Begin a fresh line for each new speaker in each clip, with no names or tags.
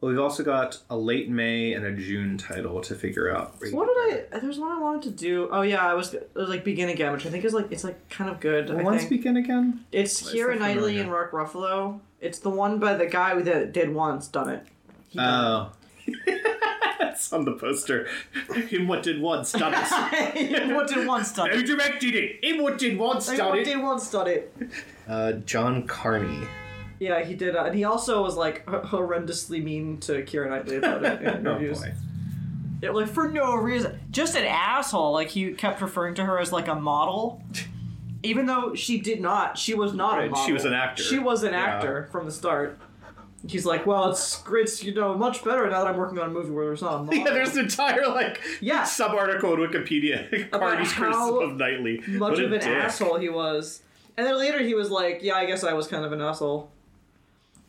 Well, we've also got a late May and a June title to figure out.
What did I? There was one I wanted to do. Oh yeah, I was, it was like begin again, which I think is like it's like kind of good.
Well,
I
once
think.
begin again.
it's
Well, it's
Keira
the
Knightley
familiar.
and Mark Ruffalo. It's the one by the guy that did once done it. He done
Oh. That's on the poster. Him what did once done it.
it. what did once done it?
Who directed it? Him what did once done
What
it.
did once done it?
Uh, John Carney.
Yeah, he did, uh, and he also was like h- horrendously mean to Keira Knightley about it in
Oh
interviews.
boy.
Yeah, like for no reason. Just an asshole. Like he kept referring to her as like a model. Even though she did not, she was not a
Right,
model.
she was an actor.
She was an
Yeah.
actor from the start. He's like, well, it's it's you know much better now that I'm working on a movie where there's not a model.
Yeah, there's an entire like
Yeah.
sub article in Wikipedia. Carney's
how
criticism of Knightley.
much
What a
of an
dick.
asshole he was. And then later he was like, yeah, I guess I was kind of an asshole.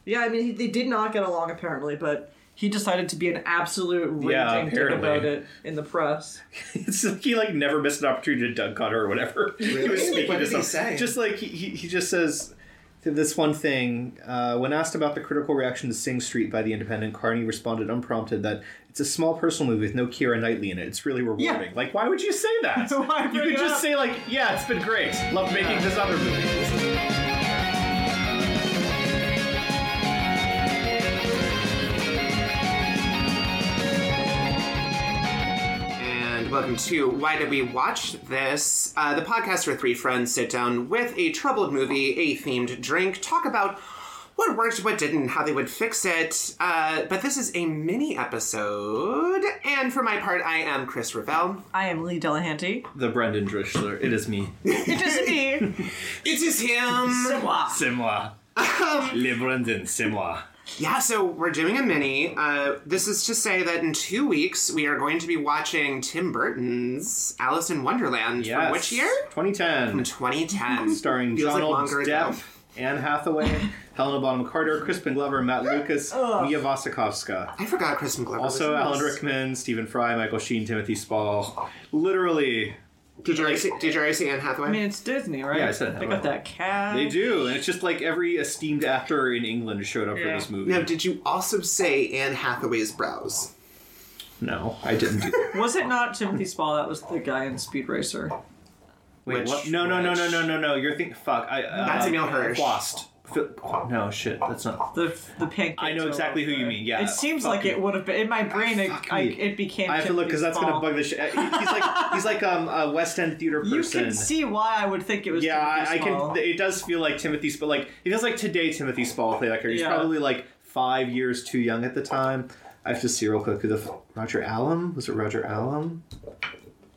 Yeah, I mean he, they did not get along apparently, but he decided to be an absolute raging
Yeah,
dick
apparently.
about it in the press.
It's like he like never missed an opportunity to dunk on her or whatever. He was
Really?
speaking to
What did he
some-
say?
Just like he, he, he just says this one thing. Uh, when asked about the critical reaction to Sing Street by the Independent, Carney responded unprompted that it's a small personal movie with no Kira Knightley in it. It's really rewarding.
Yeah.
Like, why would you say that?
Why
you
bring
could
it
just
up?
say like, yeah, it's been great. Love making this other movie.
And welcome to Why Did We Watch This? Uh, the podcast where three friends sit down with a troubled movie, a themed drink, talk about what worked, what didn't, how they would fix it. Uh, but this is a mini episode. And for my part, I am Chris Ravel.
I am Lee Delahanty.
The Brendan Drishler. It is me.
It is me.
It is him.
C'est moi.
Um,
Le Brendan, c'est moi.
Yeah, so we're doing a mini. Uh, this is to say that in two weeks, we are going to be watching Tim Burton's Alice in Wonderland from which year?
2010.
2010.
starring
Feels
Donald
longer ago.
Depp, Anne Hathaway, Helena Bonham Carter, Crispin Glover, Matt Lucas, Mia Wasikowska.
I forgot Kristen Glover. was
Also,
in
Alan
this.
Rickman, Stephen Fry, Michael Sheen, Timothy Spall. Literally,
Did you already see, did you already see Anne Hathaway?
I mean, it's Disney, right?
Yeah, I said that.
they got that cat.
they do, and it's just like every esteemed actor in England showed up for
Yeah.
this movie.
now, did you also say Anne Hathaway's brows?
No, I didn't do that.
Was it not Timothy Spall? That was the guy in Speed Racer.
Wait,
Which-
what? No, no, no, no,
which-
no, no, no. You're thinking, fuck. I, uh,
That's Emil Hirsch.
Quast. Fi- Qu- No, shit, that's not.
The the pancake.
I know exactly who you mean, yeah.
It seems
Fuck
like
you. Ah,
it would have been in my brain. It,
Fuck
I,
me.
it became.
I have to look because
because
that's gonna bug the shit. He's like he's like um, a West End theater person.
You can see why I would think it was.
Yeah, I, I
Timothy Spall.
can. It does feel like Timothy Spall. Like it feels like today Timothy Spall played that character. He's
Yeah.
probably like five years too young at the time. I have to see real quick. Who the f- Roger Allam was it? Roger Allam?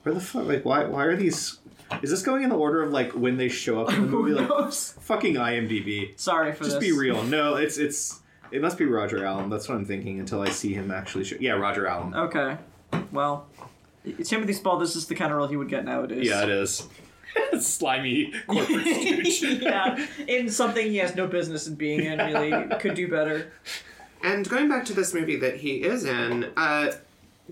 Where the fuck? Like why? Why are these? Is this going in the order of like when they show up in the movie?
Who
Like
knows?
fucking IMDb.
Sorry for
Just
this.
be real. No, it's it's. It must be Roger Allam. That's what I'm thinking until I see him actually. Show- yeah, Roger Allam.
Okay. Well, Timothy Spall. This is the kind of role he would get nowadays.
Yeah, it is. Slimy corporate stooge.
yeah, in something he has no business in being in, really could do better.
And going back to this movie that he is in, uh,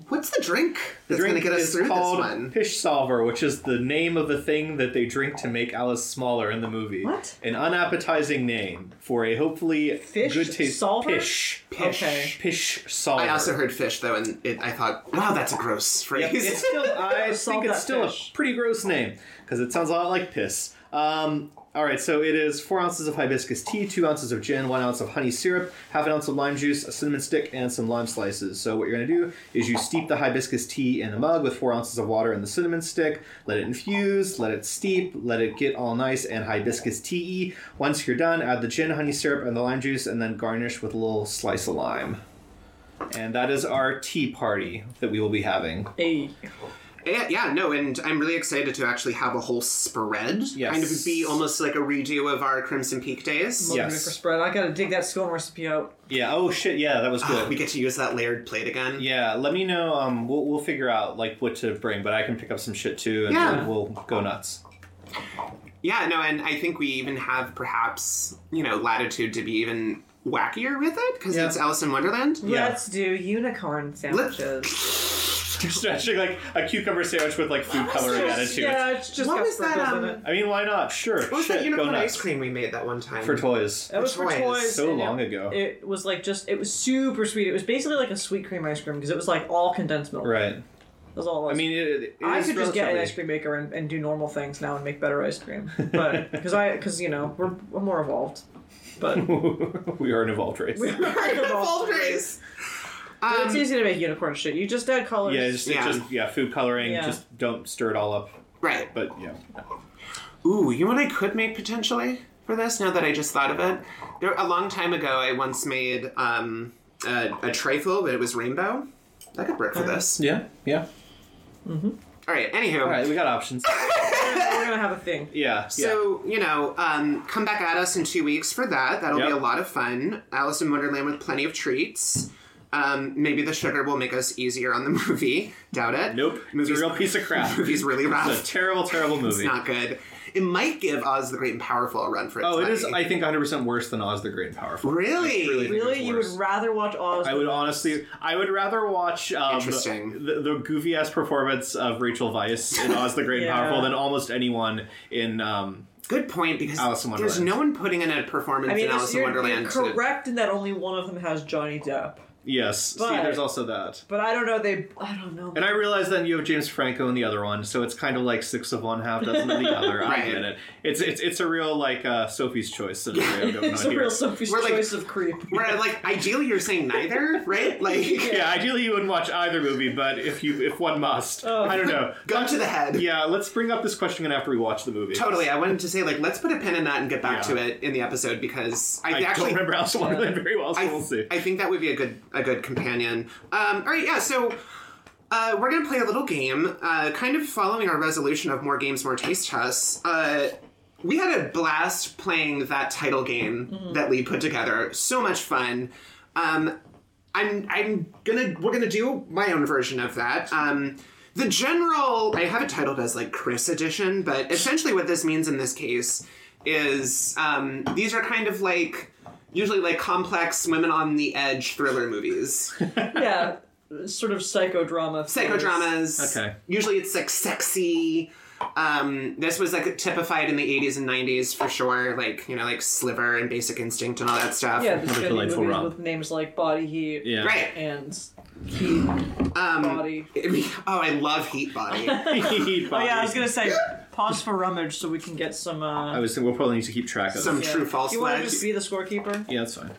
what's the drink
The
that's
drink
going to get us
is
through
called
this one?
Pish Solver, which is the name of the thing that they drink to make Alice smaller in the movie.
What?
An unappetizing name for a hopefully
Fish
good taste.
solver?
Pish. Pish.
Okay.
Pish Solver.
I also heard fish though, and it, I thought, wow, that's a gross
Yeah,
phrase.
it's still, I think
Solve
it's
that
still
fish.
a pretty gross name because it sounds a lot like piss. Um, all right, so it is four ounces of hibiscus tea, two ounces of gin, one ounce of honey syrup, half an ounce of lime juice, a cinnamon stick, and some lime slices. So what you're going to do is you steep the hibiscus tea in a mug with four ounces of water and the cinnamon stick. Let it infuse, let it steep, let it get all nice and hibiscus tea. Once you're done, add the gin, honey syrup, and the lime juice, and then garnish with a little slice of lime. And that is our tea party that we will be having.
Hey,
Yeah, yeah, no, and I'm really excited to actually have a whole spread.
Yes.
Kind of be almost like a redo of our Crimson Peak days.
Yeah.
yes.
Yes.
for spread. I gotta dig that scone recipe out.
Yeah. Oh shit. Yeah, that was good.
We get to use that layered plate again.
yeah. Let me know. Um, we'll we'll figure out like what to bring, but I can pick up some shit too, and
Yeah.
we'll, we'll go nuts.
Yeah, no, and I think we even have perhaps, you know, latitude to be even wackier with it because
Yeah.
it's Alice in Wonderland.
Yeah.
Let's do unicorn sandwiches.
stretching like a cucumber sandwich with like food
was
coloring
that?
added to it.
Yeah, it's just
What
got
was that,
sprinkles in
um,
it.
I mean, why not? Sure,
What was
shit,
that
go
unicorn
nuts.
ice cream we made that one time?
for toys.
That was for
toys.
toys.
So
and it-
long ago.
It was like just, it was super sweet. It was basically like a sweet cream ice cream because it was like all condensed milk.
Right.
That was all it
I
was.
mean, it, it
I
is
could just get an
relatively-
ice cream maker and, and do normal things now and make better ice cream. But, because I, because, you know, we're, we're more evolved. But
we are an evolved race.
we're
Full race.
But
Um,
it's easy to make unicorn shit. You just add colors.
Yeah, just,
Yeah.
yeah. just yeah, food coloring.
Yeah.
Just don't stir it all up.
right.
But yeah,
Ooh, you know what I could make potentially for this? Now that I just thought of it, there a long time ago I once made um, a, a trifle, but it was rainbow. That could work for
Uh-huh.
this.
yeah, yeah.
All right. Anywho,
All right, we got options.
we're gonna have a thing.
Yeah. yeah.
so you know, um, come back at us in two weeks for that. That'll be
Yep.
a lot of fun. Alice in Wonderland with plenty of treats. Um, maybe the sugar will make us easier on the movie. Doubt it.
Nope. It's a
Movie's,
real piece of crap.
movie's really
It's a
rough.
terrible, terrible
It's
movie.
not good. It might give Oz the Great and Powerful a run for its
oh, it is.
money.
I think 100 percent worse than Oz the Great and Powerful.
really?
really think
Really,
it's
you would
worse.
rather watch Oz?
I would honestly, I would rather watch um,
Interesting.
the, the goofy ass performance of Rachel Weisz in Oz the Great
Yeah.
and Powerful than almost anyone in. Um,
Good point because
Alice in
there's
Wonderland.
no one putting in a performance
I mean,
in Alice in
you're,
Wonderland.
you're
to-
correct in that only one of them has Johnny Depp,
yes, see,
But-
there's also that.
but I don't know. They, I don't know.
And I realize then you have James Franco in the other one, so it's kind of like six of one, half dozen of the other.
Right.
I get it. It's it's it's a real like uh, Sophie's choice scenario going
it's
on
a
here.
real Sophie's
We're like-
choice of creep.
Where like ideally you're saying neither, right? Like
yeah, ideally you wouldn't watch either movie, but if you if one must,
Oh.
I don't know.
gun to the head.
Yeah, let's bring up this question again after we watch the movie.
Totally. I wanted to say like let's put a pin in that and get back
Yeah.
to it in the episode because I,
I
actually
don't remember Alice in Wonderland very well, so
I,
we'll see.
I think that would be a good a good companion. Um, all right, yeah. So uh, we're gonna play a little game, uh, kind of following our resolution of more games, more taste tests. Uh, we had a blast playing that title game that Lee put together. So much fun. Um, I'm I'm gonna we're gonna do my own version of that. Um, the general I have it titled as like Chris edition, but essentially what this means in this case is um, these are kind of like usually like complex women on the edge thriller movies,
yeah, sort of psychodrama.
psychodramas.
Okay.
Usually it's like sexy. Um, this was like typified in the 80s and 90s for sure, like you know like Sliver and Basic Instinct and all that stuff.
Yeah, this
What a
should be movies
delightful romp.
with names like Body Heat
Yeah.
Right.
and Heat Body.
Oh, I love Heat Body. Um,
Oh yeah, I was gonna say pause for rummage so we can get some. Uh,
I was thinking we'll probably need to keep track of.
Some
yeah.
true false
You want to
flags.
just be the scorekeeper?
yeah, that's fine.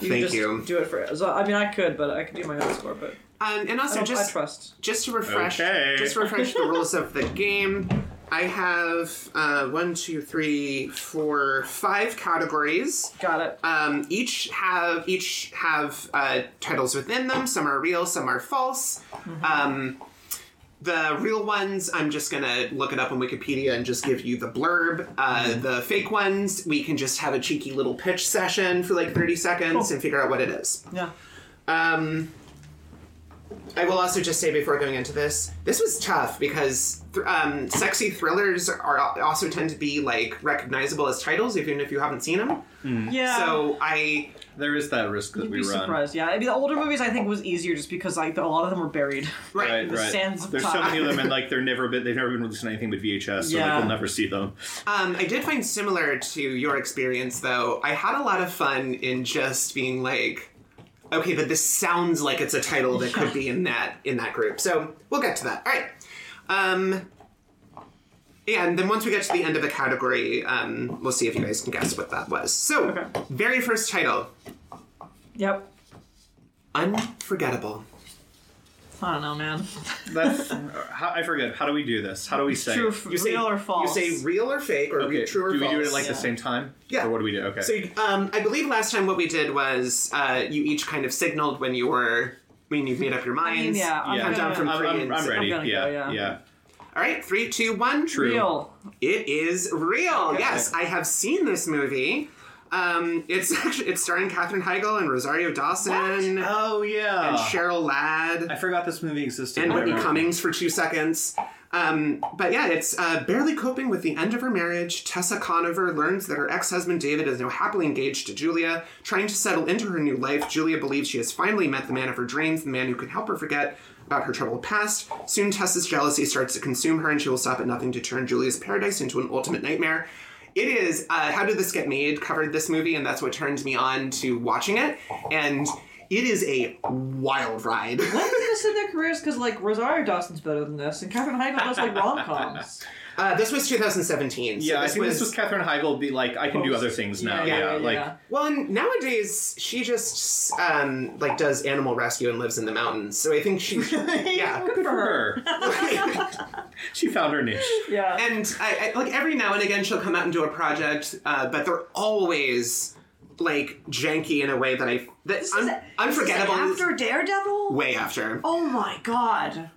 You
Thank
just
you.
Do it for. So, I mean, I could, but I could do my own score. But
Um, and
I,
also
don't-
just
I trust.
just to refresh
Okay.
just refresh the rules of the game i have uh, one two three four five categories
Got it.
um, each have each have uh, titles within them some are real some are false um, the real ones i'm just gonna look it up on wikipedia and just give you the blurb uh, the fake ones we can just have a cheeky little pitch session for like 30 seconds and figure out what it is
yeah.
I will also just say before going into this, this was tough because th- um, sexy thrillers are al- also tend to be like recognizable as titles, even if you haven't seen them.
Yeah.
So I,
There is that risk that
You'd
we
be
run.
surprised, yeah. I mean, the older movies I think was easier just because like a lot of them were buried.
right,
Right,
The
right.
sands of
There's so
time.
many of them, and like they're never been they've never been released on anything but VHS, so
Yeah.
like we'll never see them.
Um, I did find similar to your experience though. I had a lot of fun in just being like, okay, but this sounds like it's a title that could be in that in that group. So we'll get to that. All right. Um, and then once we get to the end of a category, um, we'll see if you guys can guess what that was. So,
Okay.
very first title,
Yep.
unforgettable.
I don't know, man.
That's how, I forget. How do we do this? How do we say?
True,
it?
f- real or false?
You say real or fake, or
Okay,
re- true or
do
false.
we do it at like
Yeah.
the same time?
Yeah.
Or what do we do? Okay.
So um, I believe last time what we did was uh, you each kind of signaled when you were when you've made up your minds.
yeah, I'm
yeah.
gonna-
down from
I'm,
three
I'm-
and
I'm
six.
ready.
I'm gonna
yeah,
go, yeah.
yeah.
All right, three, two, one.
True.
real.
It is real. Yes, I have seen this movie. Um, it's actually it's starring Katherine Heigl and Rosario Dawson
Oh yeah.
and Cheryl Ladd
I forgot this movie existed.
and
I
Whitney
remember.
Cummings for two seconds. Um, but yeah, it's uh, barely coping with the end of her marriage. Tessa Conover learns that her ex husband David is now happily engaged to Julia. Trying to settle into her new life, Julia believes she has finally met the man of her dreams, the man who can help her forget about her troubled past. Soon, Tessa's jealousy starts to consume her, and she will stop at nothing to turn Julia's paradise into an ultimate nightmare. It is uh, How Did This Get Made covered this movie, and that's what turned me on to watching it. And it is a wild ride.
When did this in their careers? Because like Rosario Dawson's better than this, and Catherine Heigl does like rom coms.
Uh, this was 2017. so
Yeah, I
this
think
was,
this was Catherine Heigl. Be like, I can do other things now. Yeah, like
Well, and nowadays she just um, like does animal rescue and lives in the mountains. So I think she, yeah,
good for her.
her. she found her niche.
Yeah.
and I, I, like every now and again she'll come out and do a project, uh, but they're always like janky in a way that I that
This is-
un-
this is
unforgettable.
after Daredevil.
way after.
Oh my god.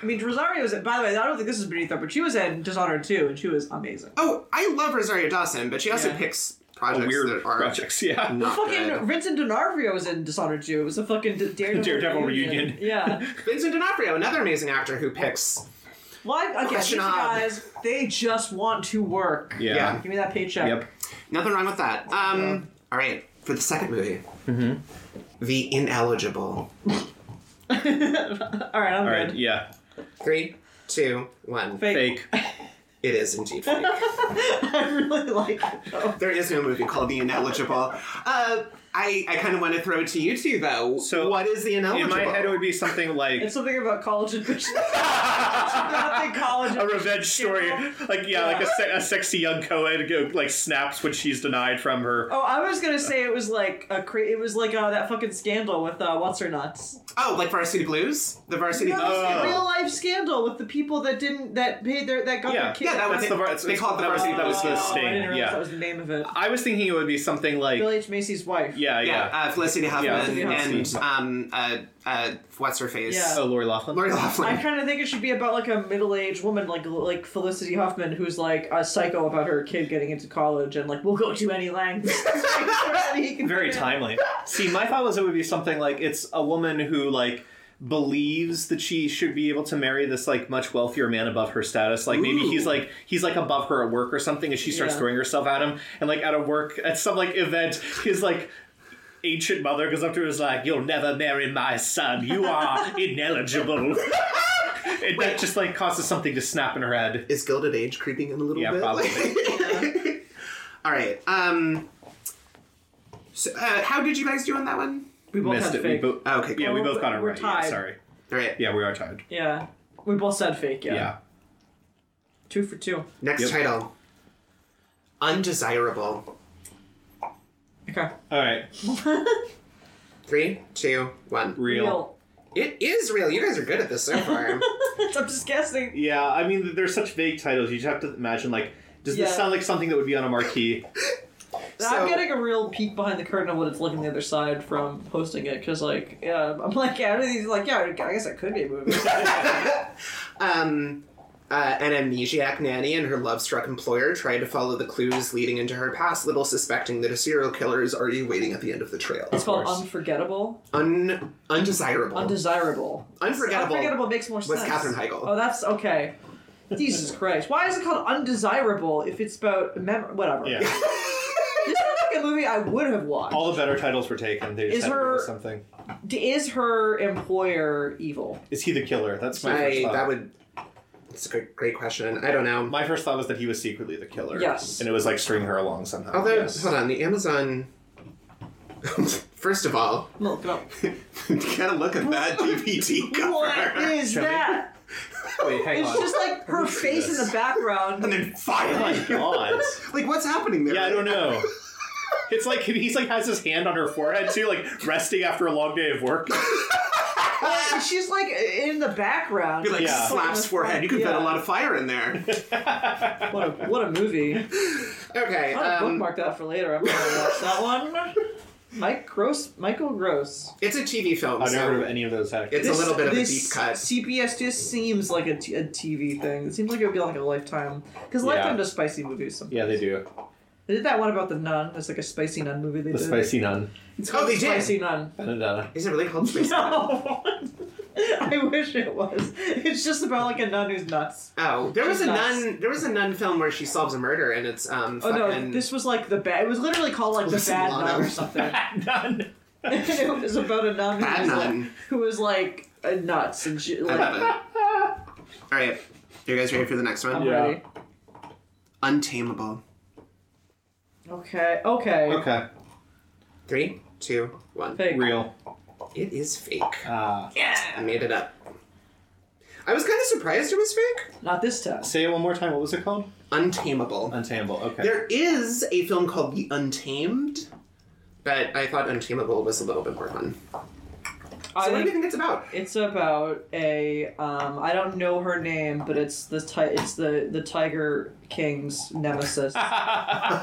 I mean, Rosario was. By the way, I don't think this is beneath her, but she was in Dishonored too, and she was amazing.
Oh, I love Rosario Dawson, but she also
Yeah.
picks projects
Weird
that are
projects. Yeah.
Not
fucking
good.
Vincent D'Onofrio was in Dishonored too. It was a fucking D- Daredevil,
Daredevil reunion.
Yeah.
Vincent D'Onofrio, another amazing actor who picks.
Well, I- okay, these
Question on.
guys, they just want to work.
Yeah.
Give me that paycheck.
Yep.
Nothing wrong with that. Um, all right, for the second movie,
Mm-hmm.
the ineligible.
All right, I'm
All
good.
right. Yeah.
Three, two, one.
Fake.
Fake.
It is indeed fake.
I really like it. though.
there is no movie called The Ineligible. Uh, I, I kind of want to throw it to you two though.
So,
what is The Ineligible?
In my head, it would be something like
It's something about college admissions. I think college.
a revenge story. Like yeah, like a, se- a sexy young co-ed go, like snaps when she's denied from her.
Oh, I was gonna say it was like a cra- it was like uh, that fucking scandal with uh, what's her nuts.
oh, like Varsity Blues, the Varsity
No,
Blues.
it's a
Oh.
real life scandal with the people that didn't that paid their that got
Yeah.
their kids.
Yeah, that was
That's
it.
the var- it's-
they call it the
that was-
Varsity
that was
Blues.
the
Oh, I
stain.
didn't realize
yeah.
that was the name of it.
I was thinking it would be something like
Bill H Macy's wife.
yeah, yeah.
Yeah, uh, Felicity Huffman
Yeah,
and
Felicity.
um, uh, uh, what's her face?
Yeah.
oh, Lori Laughlin.
Lori Loughlin.
I kind of think it should be about like a middle-aged woman, like like Felicity Huffman, who's like a psycho about her kid getting into college, and like will go to any length. to make sure that he can
Very
fit in.
timely. See, my thought was it would be something like it's a woman who like believes that she should be able to marry this like much wealthier man above her status. Like maybe
Ooh.
he's like he's like above her at work or something, and she starts
Yeah.
throwing herself at him. And like at a work at some like event, his like ancient mother goes up to her and is like, "You'll never marry my son. You are ineligible." And that just like causes something to snap in her head.
is Gilded Age creeping in a little
Yeah,
bit?
probably.
All right. Um, so, uh, how did you guys do on that one?
We both
Missed
had
it.
fake.
We both.
Oh, okay.
yeah, we
Well,
both got it
we're
right. Yeah,
tied.
sorry.
All right.
Yeah, we are tied.
yeah, we both said fake. Yeah.
yeah.
two for two.
Next
Yep.
title. Undesirable.
Okay,
All right.
Three, two, one.
Real.
It is real. You guys are good at this so far.
I'm just guessing.
Yeah, I mean, there's such vague titles. You just have to imagine, like, does
Yeah.
this sound like something that would be on a marquee?
I'm
So-
getting a real peek behind the curtain of what it's like on the other side from posting it, because like, yeah, I'm like, yeah, everything's like, yeah, I guess that could be a movie.
um, uh, an amnesiac nanny and her love-struck employer try to follow the clues leading into her past, little suspecting that a serial killer is already waiting at the end of the trail.
it's called
course.
Unforgettable,
Un- undesirable.
Undesirable,
Unforgettable.
Unforgettable makes more
was
sense.
Katherine Heigl.
Oh, that's okay. Jesus Christ. Why is it called undesirable if it's about mem- whatever?
Yeah.
This sounds like a movie I would have watched.
All the better titles were taken. They just
Is
had to go
her-
with something.
D- Is her employer evil?
Is he the killer? That's my first
I,
thought.
that would. It's a great, great question. I don't know.
My first thought was that he was secretly the killer.
Yes.
And it was, like, stringing her along somehow.
Although,
yes.
hold on, the Amazon. First of all,
No, no.
you gotta look at that DVD
What
cover.
is that?
Wait, hang
It's
on.
just like her face in the
and
background.
then
Oh my
fire.
god.
Like, what's happening there?
Yeah, I don't know. It's like he's like has his hand on her forehead too, like resting after a long day of work.
Uh, She's like in the background.
He like
Yeah.
slaps forehead. You can fit
Yeah.
a lot of fire in there.
What a, what a movie. I'm
Okay.
gonna
Um,
bookmark that for later. I'm gonna watch that one. Mike Gross. Michael Gross.
it's a TV film.
I've
so
never heard of any of those actors.
It's a little bit of a
this
deep cut.
CBS just seems like a, t- a TV thing. It seems like it would be like a Lifetime. Because
Yeah.
Lifetime does spicy movies sometimes.
Yeah, they do.
They did that one about the nun. That's like a spicy nun movie they
The
did.
spicy nun.
It's
Oh,
called
they did.
Spicy Nun.
Benedetta.
Is it really called Space Nun?
No. I wish it was. It's just about like a nun who's nuts.
Oh, there was
She's
a
nuts.
nun. There was a nun film where she solves a murder, and it's um.
Oh
fucking,
no, this was like the bad. It was literally called like the
It's
bad
Milano.
nun or something.
Nun.
it was about a nun who
Bad
was like,
nun.
who was like uh, nuts and she
I love
like.
it. All right, you guys ready for the next one?
I'm
Yeah.
ready.
Untamable.
Okay. Okay.
Okay.
Three, two, one.
Fake.
Real.
It is fake.
Uh,
I made it up. I was kind of surprised it was fake.
Not this time.
say it one more time. What was it called?
Untamable.
Untamable. Okay.
There is a film called The Untamed, but I thought Untamable was a little bit more fun. So
I
what do you
think
think it's about?
it's about a um I don't know her name, but it's the ti- it's the the Tiger King's nemesis.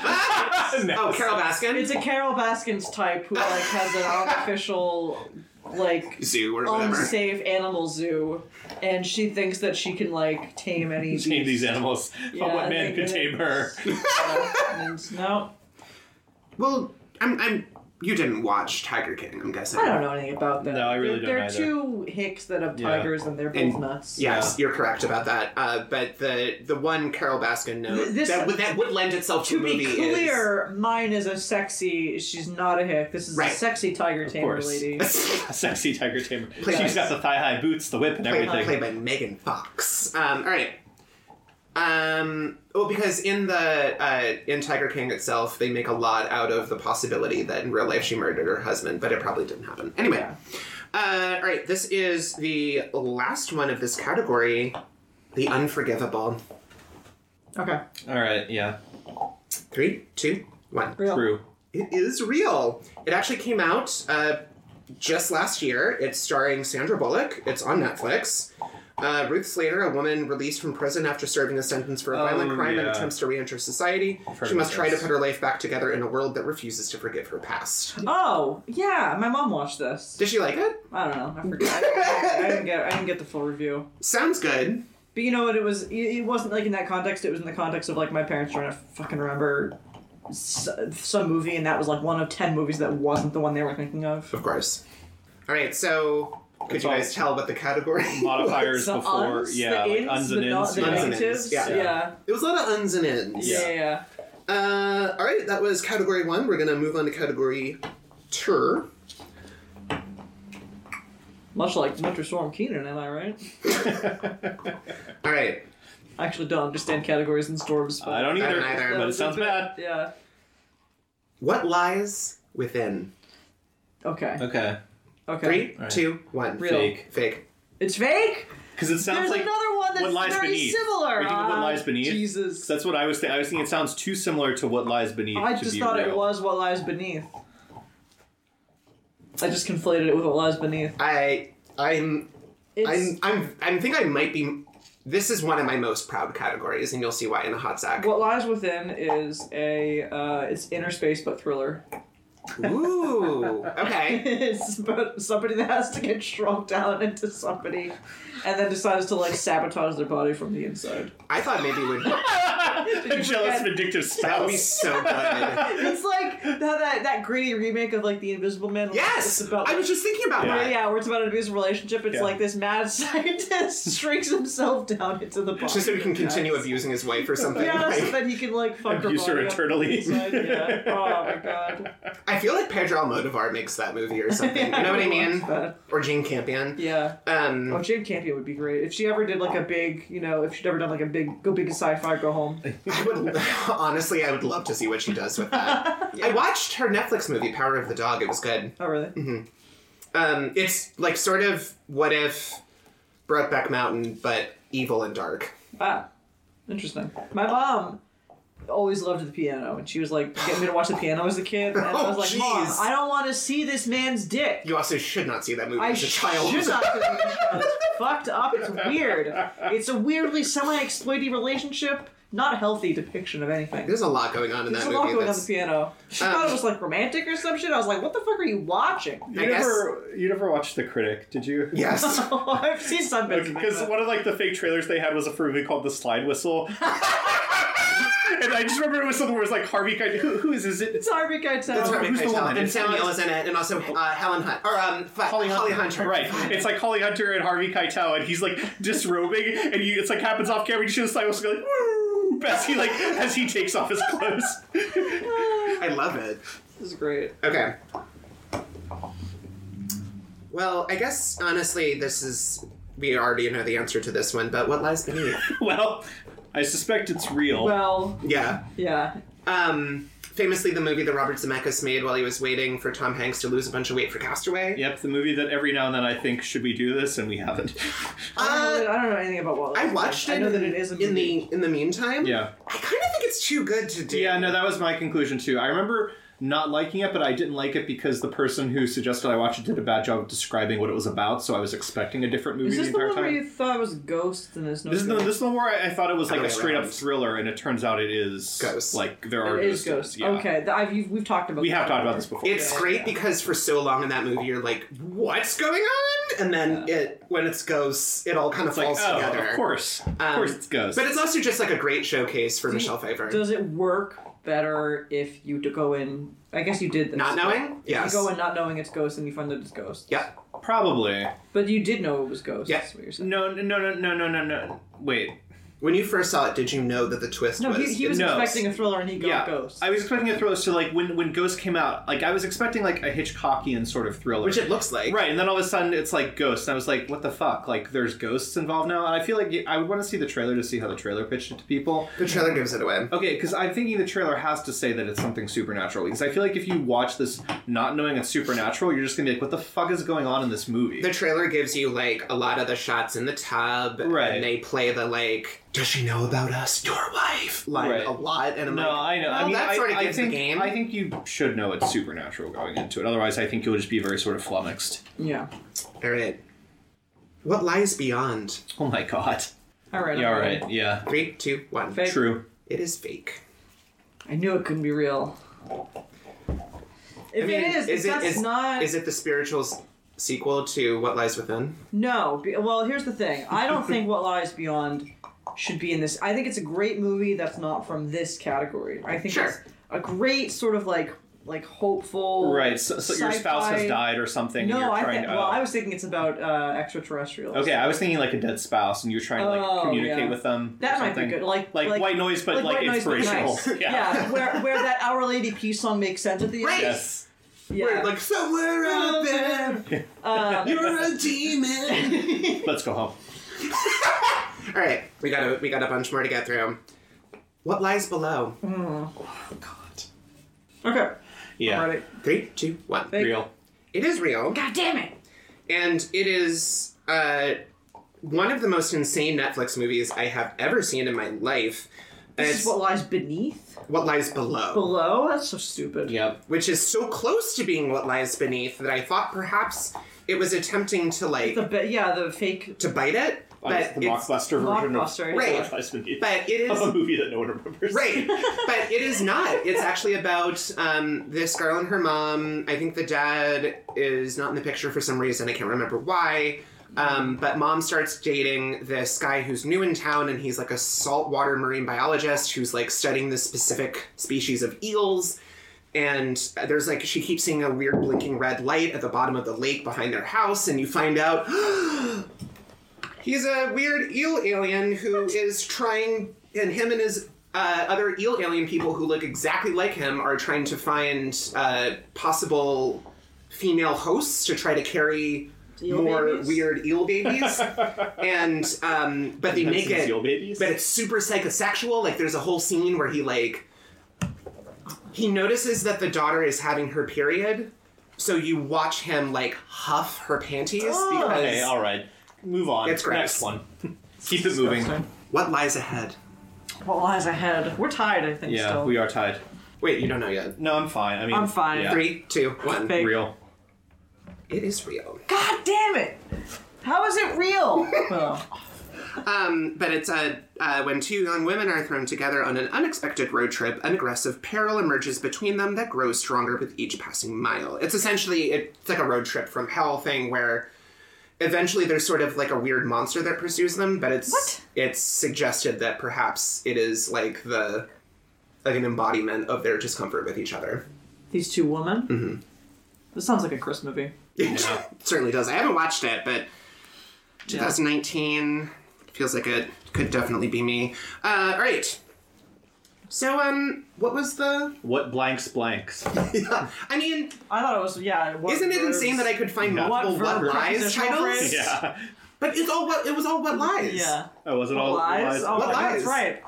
Oh, Carol Baskin.
It's a Carol Baskins type who like has an artificial like
zoo or whatever.
unsafe animal zoo and she thinks that she can like tame any
Tame these animals.
Yeah,
but
I
what man
think
could
it
tame her?
and, no
Well, I'm. I'm. You didn't watch Tiger King, I'm guessing.
I don't know anything about them
No, I really
they're,
don't
they're two hicks that have
Yeah.
tigers and they're both
And-
nuts
Yes, you're correct about that. Uh, but the the one Carol Baskin note
Th- this-
that, would, that would lend itself to,
to
a
be
movie
clear, mine is a sexy. She's not a hick. This is
Right.
a sexy tiger tamer
course.
lady.
is
A sexy tiger tamer.
Please.
She's got the thigh high boots, the whip, and
played,
everything.
played by Megan Fox. Um, all right. Um, well, because in the uh, in Tiger King itself, they make a lot out of the possibility that in real life she murdered her husband, but it probably didn't happen. Anyway, uh, all right. This is the last one of this category, the unforgivable.
Okay,
All right. Yeah.
Three, two, one.
real.
True.
It is real. It actually came out uh, just last year. It's starring Sandra Bullock. It's on Netflix. Uh, Ruth Slater, a woman released from prison after serving a sentence for a
Oh,
violent crime and
yeah.
attempts to re-enter society,
heard
she
about
must try to
this.
put her life back together in a world that refuses to forgive her past.
Oh yeah, my mom watched this.
Did she like it?
I don't know. I forgot. I didn't get. I didn't get the full review.
Sounds good.
But you know what? It was. It it wasn't like in that context. It was in the context of like my parents trying to fucking remember s- some movie, and that was like one of ten movies that wasn't the one they were thinking of.
Of course. All right. So, could
It's
you
all
guys tell what the category? was?
Modifiers
The
before.
uns,
yeah.
the
like
ins,
uns
the
and
no-
ins.
the
yeah.
Uns and
negatives.
ins, yeah.
yeah.
It was a lot of uns and ins.
Yeah.
yeah, yeah.
Uh, all right, that was category one. We're gonna move on to category two.
Much like Winter Storm Keenan, am I right?
All right,
I actually don't understand categories and storms. But
I don't
I
either,
don't either.
but it sounds bad.
Yeah.
what lies within?
Okay.
Okay.
Okay.
Three,
All right.
two, one.
Real.
Fake.
Fake.
It's fake.
Because it sounds
There's
like
another one that's
what lies
very
beneath.
similar.
We think of what
Ah,
lies beneath.
Jesus.
So that's what I was thinking. I was thinking it sounds too similar to what lies beneath.
I
to
just
be
thought
real.
it was what lies beneath. I just conflated it with what lies beneath.
I, I'm, I'm,
It's
I'm, I think I might be. This is one of my most proud categories, and you'll see why in a hot sec.
what lies within is a uh, it's inner space but thriller.
Ooh. Okay.
it's about somebody that has to get shrunk down into somebody, and then decides to like sabotage their body from the inside.
I thought maybe it would.
a jealous,
forget?
vindictive
That would be
spouse.
so good.
It's like how that that gritty remake of like the Invisible Man. like,
Yes.
it's about,
I was just thinking about
Yeah.
Yeah,
that.
yeah, where it's about an abusive relationship. It's
Yeah.
like this mad scientist shrinks himself down into the body.
Just so he can continue
Yes.
abusing his wife or something.
Yeah, so
Like,
that he can like fuck her
Abuse her
body up
eternally.
inside, yeah. Oh my god.
I feel like Pedro Almodovar makes that movie or something. you know what I mean?
But,
Or Gene Campion.
yeah.
Um,
Oh, Jane Campion would be great if she ever did like a big, you know, if she'd ever done like a big, go big to sci-fi, go home.
I would honestly, I would love to see what she does with that. I watched her Netflix movie Power of the Dog. It was good.
Oh really?
Um, it's like sort of what if Brokeback Mountain, but evil and dark.
Ah, interesting. My mom always loved the piano, and she was like, get me to watch the piano as a kid. And I was
Oh,
like, Mom,
jeez.
I don't want to see this man's dick.
You also should not see that movie
I
as a child.
should not have been this child. It's fucked up. It's weird. It's a weirdly semi-exploitive relationship. Not a healthy depiction of anything.
There's a lot going on in
There's
that
a
movie.
lot going on
that's-
the piano. She
Um,
thought it was like romantic or some shit. I was like, what the fuck are you watching?
You
I guess-
never, you never watched The Critic, did you?
Yes.
I've seen some bits. of it,
Because
but-
one of like the fake trailers they had was a movie called The Slide Whistle. and I just remember it was something where it was like Harvey kind who, who is, is it?
It's Harvey Keitel.
That's
Harvey
Harvey
Who's the
Keitel.
woman?
And
It's-
Samuel is in it, and also uh, Helen Hunt or um, fuck, Holly, Hunter.
Right. It's like Holly Hunter and Harvey Keitel, and he's like disrobing, and you, it's like happens off camera. You should the sidewalks go like, Woo! as he like as he takes off his clothes.
I love it.
This is great.
Okay. Well, I guess honestly, this is we already know the answer to this one, but what lies beneath?
well, I suspect it's real.
Well,
yeah.
yeah.
Um. Famously, the movie that Robert Zemeckis made while he was waiting for Tom Hanks to lose a bunch of weight for Castaway.
yep, the movie that every now and then I think should we do this, and we haven't.
I don't
Uh,
know- I don't know anything about Wall.
I watched it.
I know that
in-
it is a
in
movie.
the in the meantime.
yeah.
I kind of think it's too good to do.
Yeah, no, that was my conclusion too. I remember not liking it, but I didn't like it because the person who suggested I watch it did a bad job of describing what it was about, so I was expecting a different movie
Is this
the
the
entire
one where
time.
you thought it was ghosts and there's no?
This is the
ghosts?
this is the one where I, I thought it was like
Other
a
way
straight up
around.
thriller, and it turns out it is
Ghosts.
Like there are
It is
ghosts.
ghosts.
Yeah.
Okay, th- I've, you've, we've talked about.
we
this
have talked
before.
about this before.
It's
Yeah.
great because for so long in that movie you're like, what's going on? And then it when it's ghosts, it all kind of
It's like
falls
oh,
together. Um,
of course, of course, it's ghosts.
But it's also just like a great showcase for Michelle Pfeiffer.
Does it work better if you d- go in? I guess you did this.
Not knowing?
If
Yes.
You go in not knowing it's ghosts and you find that it's ghosts.
Yep.
Probably
But you did know it was ghosts.
Yeah.
That's what you're saying.
no, no, no, no, no, no, no. Wait,
When you first saw it, did you know that the twist
No,
was
he, he was
no.
expecting a thriller and he got
yeah,
ghosts.
I was expecting a thriller. So like when when Ghost came out, like I was expecting like a Hitchcockian sort of thriller,
which it looks like.
Right, and then all of a sudden it's like ghosts, and I was like, "What the fuck?" Like, there's ghosts involved now, and I feel like I would want to see the trailer to see how the trailer pitched it to people.
The trailer gives it away.
Okay, because I'm thinking the trailer has to say that it's something supernatural. Because I feel like if you watch this not knowing it's supernatural, you're just gonna be like, "What the fuck is going on in this movie?"
The trailer gives you like a lot of the shots in the tub.
Right.
And they play the like, Does she know about us? Your wife line
Right.
a lot. And I'm
no,
like,
I know. I
well,
mean,
that
I,
sort of
I
gives the
think
game.
I think you should know it's supernatural going into it. Otherwise, I think you'll just be very sort of flummoxed.
yeah.
Alright. What lies beyond?
Oh my god.
All right.
Yeah,
I'm
all
ready.
right. Yeah,
Three, two, one.
Fake.
true.
It is fake.
I knew it couldn't be real. If
I mean,
it is,
is
if that's
it, is,
not.
is it the spiritual's sequel to What Lies Within?
No. be- Well, here's the thing. I don't think What Lies Beyond should be in this. I think it's a great movie that's not from this category. I think
Sure.
it's a great sort of like like hopeful.
Right. So, so your spouse has
sci-fi-
died or something. and
No,
you're
I
trying
think.
to,
Well, I was thinking it's about uh, extraterrestrials.
Okay, I was thinking like a dead spouse, and you're trying to like
Oh,
communicate
yeah.
with them. or
That might be
something.
good. Like
Like, white noise, but like,
White Noise, but
inspirational.
nice. where where that Our Lady peace song makes sense at the end.
Right.
Yes.
Yeah.
We're like somewhere out there,
Um,
you're a demon.
Let's go home.
All right, we got a we got a bunch more to get through. What lies below?
Oh, okay.
Yeah.
All right.
Three, two, one.
Fake.
Real.
It is real,
God damn it.
and it is uh, one of the most insane Netflix movies I have ever seen in my life. And
This
it's
is what lies beneath.
what lies below,
Below. That's so stupid.
Yep.
which is so close to being what lies beneath that I thought perhaps it was attempting to like
The be- yeah, the fake.
to bite it, but
Like, the
it's-
mockbuster version of
Mockbuster,
Right.
of Lies Beneath.
but it
Of
is
a movie that no one remembers.
Right, but it is not. It's actually about um, this girl and her mom. I think the dad is not in the picture for some reason. I can't remember why. Um, but mom starts dating this guy who's new in town, and he's like a saltwater marine biologist who's like studying this specific species of eels. And there's like, she keeps seeing a weird blinking red light at the bottom of the lake behind their house, and you find out He's a weird eel alien who is trying, and him and his uh, other eel alien people who look exactly like him are trying to find uh, possible female hosts to try to carry
Eel
more
babies?
weird eel babies. and um, but they make
Hence these
it,
Yule babies.
but it's super psychosexual. Like there's a whole scene where he like he notices that the daughter is having her period. So you watch him like huff her panties
Oh.
because
okay, all right. Move on.
It's gross.
Next one. Keep it moving.
what lies ahead?
What lies ahead? We're tied, I think.
Yeah,
still.
we are tied.
Wait, you don't know yet.
No, I'm fine. I mean,
I'm fine.
yeah.
Three, two, one.
Fake.
Real.
It is real.
God damn it! How is it real? well,
Um, but it's uh, uh, when two young women are thrown together on an unexpected road trip, an aggressive peril emerges between them that grows stronger with each passing mile. It's essentially it's like a road trip from hell thing where eventually there's sort of like a weird monster that pursues them, but it's
What?
it's suggested that perhaps it is like the like an embodiment of their discomfort with each other.
These two women. Mm-hmm. This sounds like a Chris movie.
It certainly does. I haven't watched it, but 2019 feels like it could definitely be me. Uh, all right. So, um, what was the?
What blanks blanks?
I mean,
I thought it was yeah. What
isn't it insane that I could find
Yeah.
multiple
What
what,
verb?
lies
Prepositional
titles?
phrase?
yeah.
But it's all what it was all what lies.
Yeah.
Oh, was it
What
all
lies? Oh,
What
my God,
lies?
That's right.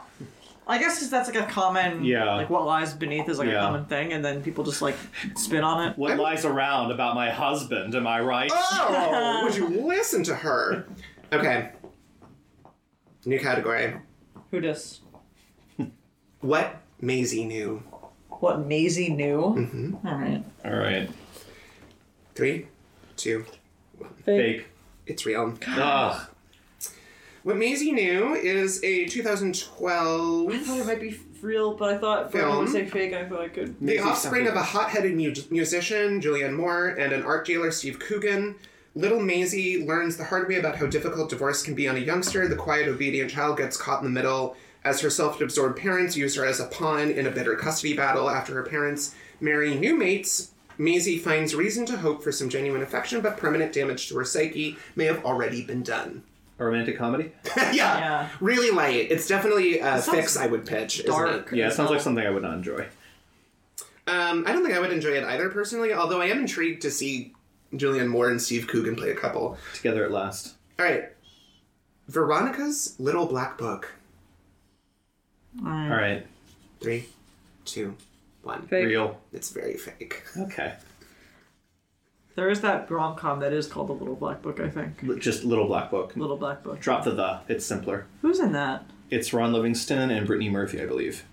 I guess 'cause that's like a common,
Yeah.
Like what lies beneath is like
Yeah.
a common thing, and then people just like spin on it.
What
I'm-
lies around about my husband? Am I right?
Oh, would you listen to her? Okay. New category.
Who dis?
What Maisie knew.
What Maisie knew. Mm-hmm. right.
All right.
Three, two.
Fake.
It's real.
Ugh.
What Maisie knew is a 2012.
I thought it might be real, but I thought Brandon would say
Film.
fake, and I thought I could.
The
Maisie
offspring
something.
of a hot-headed mu- musician, Julianne Moore, and an art dealer, Steve Coogan, little Maisie learns the hard way about how difficult divorce can be on a youngster. The quiet, obedient child gets caught in the middle as her self-absorbed parents use her as a pawn in a bitter custody battle. After her parents marry new mates, Maisie finds reason to hope for some genuine affection, but permanent damage to her psyche may have already been done.
A romantic comedy?
yeah,
Yeah.
really light. It's definitely a
sounds
fix I would pitch. isn't it?
Dark.
Yeah, it sounds like something I would not enjoy.
Um, I don't think I would enjoy it either personally, although I am intrigued to see Julianne Moore and Steve Coogan play a couple.
Together at last.
All right. Veronica's Little Black Book.
All right.
Three, two, one.
Fake.
Real.
It's very fake.
Okay.
There is that rom com that is called The Little Black Book, I think.
L- Just little black book.
Little Black Book.
Drop the the. It's simpler.
Who's in that?
It's Ron Livingston and Brittany Murphy, I believe.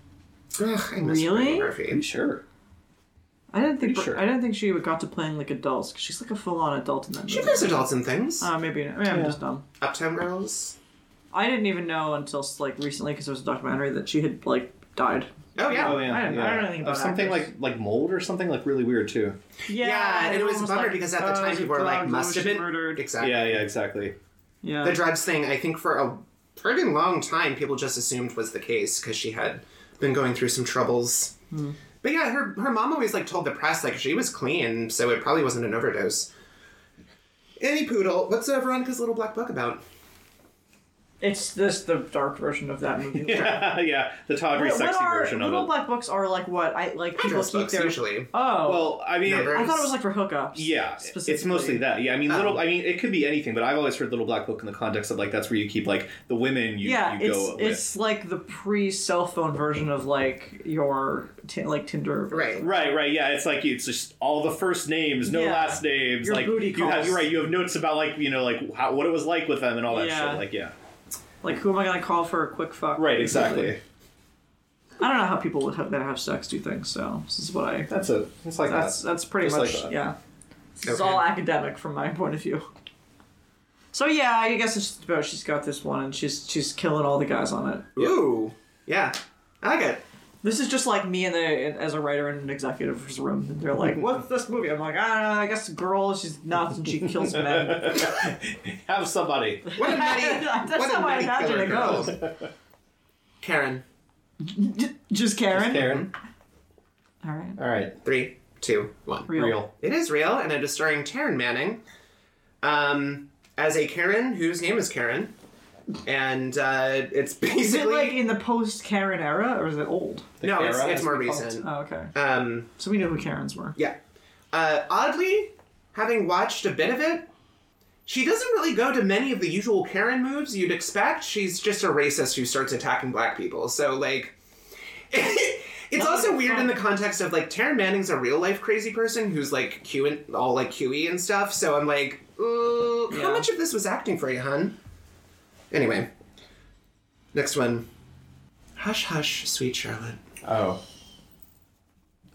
Ugh, I
Really?
miss Brittany
Are you
Murphy.
sure?
I didn't think
Pretty sure.
I didn't think she got to playing like adults. 'cause she's like a full on adult in that
She
movie.
plays adults in things.
Uh, maybe I mean, I'm just dumb.
Uptown Girls.
I didn't even know until like recently because there was a documentary that she had like died.
Oh yeah.
Oh yeah.
I don't- I
yeah.
don't know anything
Of
about
something
actors.
like like mold or something like really weird too.
Yeah,
and it was a
everyone
bummer
like,
because at the
"Oh,
time
she
people were like,
drugged,
must
she
oh,
have been
murdered.
Exactly.
Yeah, yeah, exactly.
Yeah,
The drugs thing, I think for a pretty long time, people just assumed was the case because she had been going through some troubles.
Hmm.
But yeah, her her mom always like told the press like she was clean, so it probably wasn't an overdose. Any poodle, what's uh, Veronica's little black book about?
it's this the dark version of that movie.
yeah, the tawdry,
What- what
sexy
are-
version of
little
it.
black books are like what I like people
Address
keep
books
their
usually.
oh.
well, I mean,
Number-
I thought it was like for hookups.
Yeah,
specifically.
it's mostly that. Yeah, I mean,
Oh.
little. I mean, it could be anything, but I've always heard Little Black Book in the context of like that's where you keep like the women you,
yeah,
you
it's
go
it's like the pre cell phone version of like your t- like Tinder.
Right.
with. Right, right, yeah. It's like it's just all the first names, no
Yeah.
last names.
Your
like
booty
you have,
calls.
you're right. You have notes about like you know like how, what it was like with them and all that
Yeah.
shit. Like yeah,
Like who am I gonna call for a quick fuck?
right, exactly.
I don't know how people with- that have sex do things. So this is what I.
That's a it's like
That's
that.
that's pretty
Just like
much
that.
yeah. This is
Okay.
all academic from my point of view. So yeah, I guess it's just about she's got this one and she's she's killing all the guys on it.
Ooh, yeah, I like it.
This is just like me and the as a writer in an executive's room. And they're like, "What's this movie?" I'm like, "I don't know. I guess the girl she's nuts and she kills men."
Have somebody.
What a nutty,
That's
what a
how I
nutty
imagine
killer
it goes.
girl. Karen,
J- just Karen.
Karen.
All right.
All right,
three, two, one.
Real.
real.
It is real, and it is starring Taryn Manning um, as a Karen whose name is Karen. And uh, it's
Is it
basically.
like in the post Karen era or is it old?
no, it's,
era,
it's
as
more
we call it.
recent.
Oh, okay.
Um,
So we know who Karens were.
yeah. Uh, oddly, having watched a bit of it, she doesn't really go to many of the usual Karen moves you'd expect. She's just a racist who starts attacking black people. So, like. It's also weird in the context of like Taryn Manning's a real life crazy person who's like Q and all like QE and stuff. So I'm like, ooh,
Yeah.
how much of this was acting for you, hun? Anyway, next one. Hush, hush, sweet Charlotte.
Oh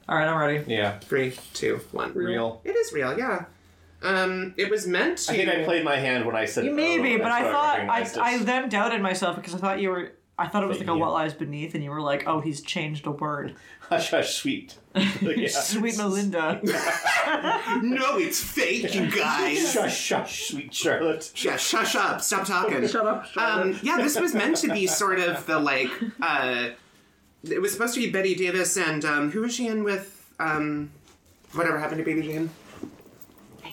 All right, I'm ready.
yeah,
Three, two, one.
real.
It is real, yeah. Um, it was meant to.
I think I played my hand when I said
You Maybe,
oh,
but
that's
I
why
thought
recognized
I, I
it.
then doubted myself because I thought you were. I thought it was like a
you.
what lies beneath, and you were like, "Oh, he's changed a word."
hush hush sweet. Yeah.
Sweet Melinda.
No, it's fake, you guys.
Shush, shush, sweet Charlotte.
Yeah, shush up. Stop talking.
Shut up, Charlotte.
Um, yeah, this was meant to be sort of the like uh, It was supposed to be Betty Davis and um, who was she in with? Um, whatever happened to Baby Jane?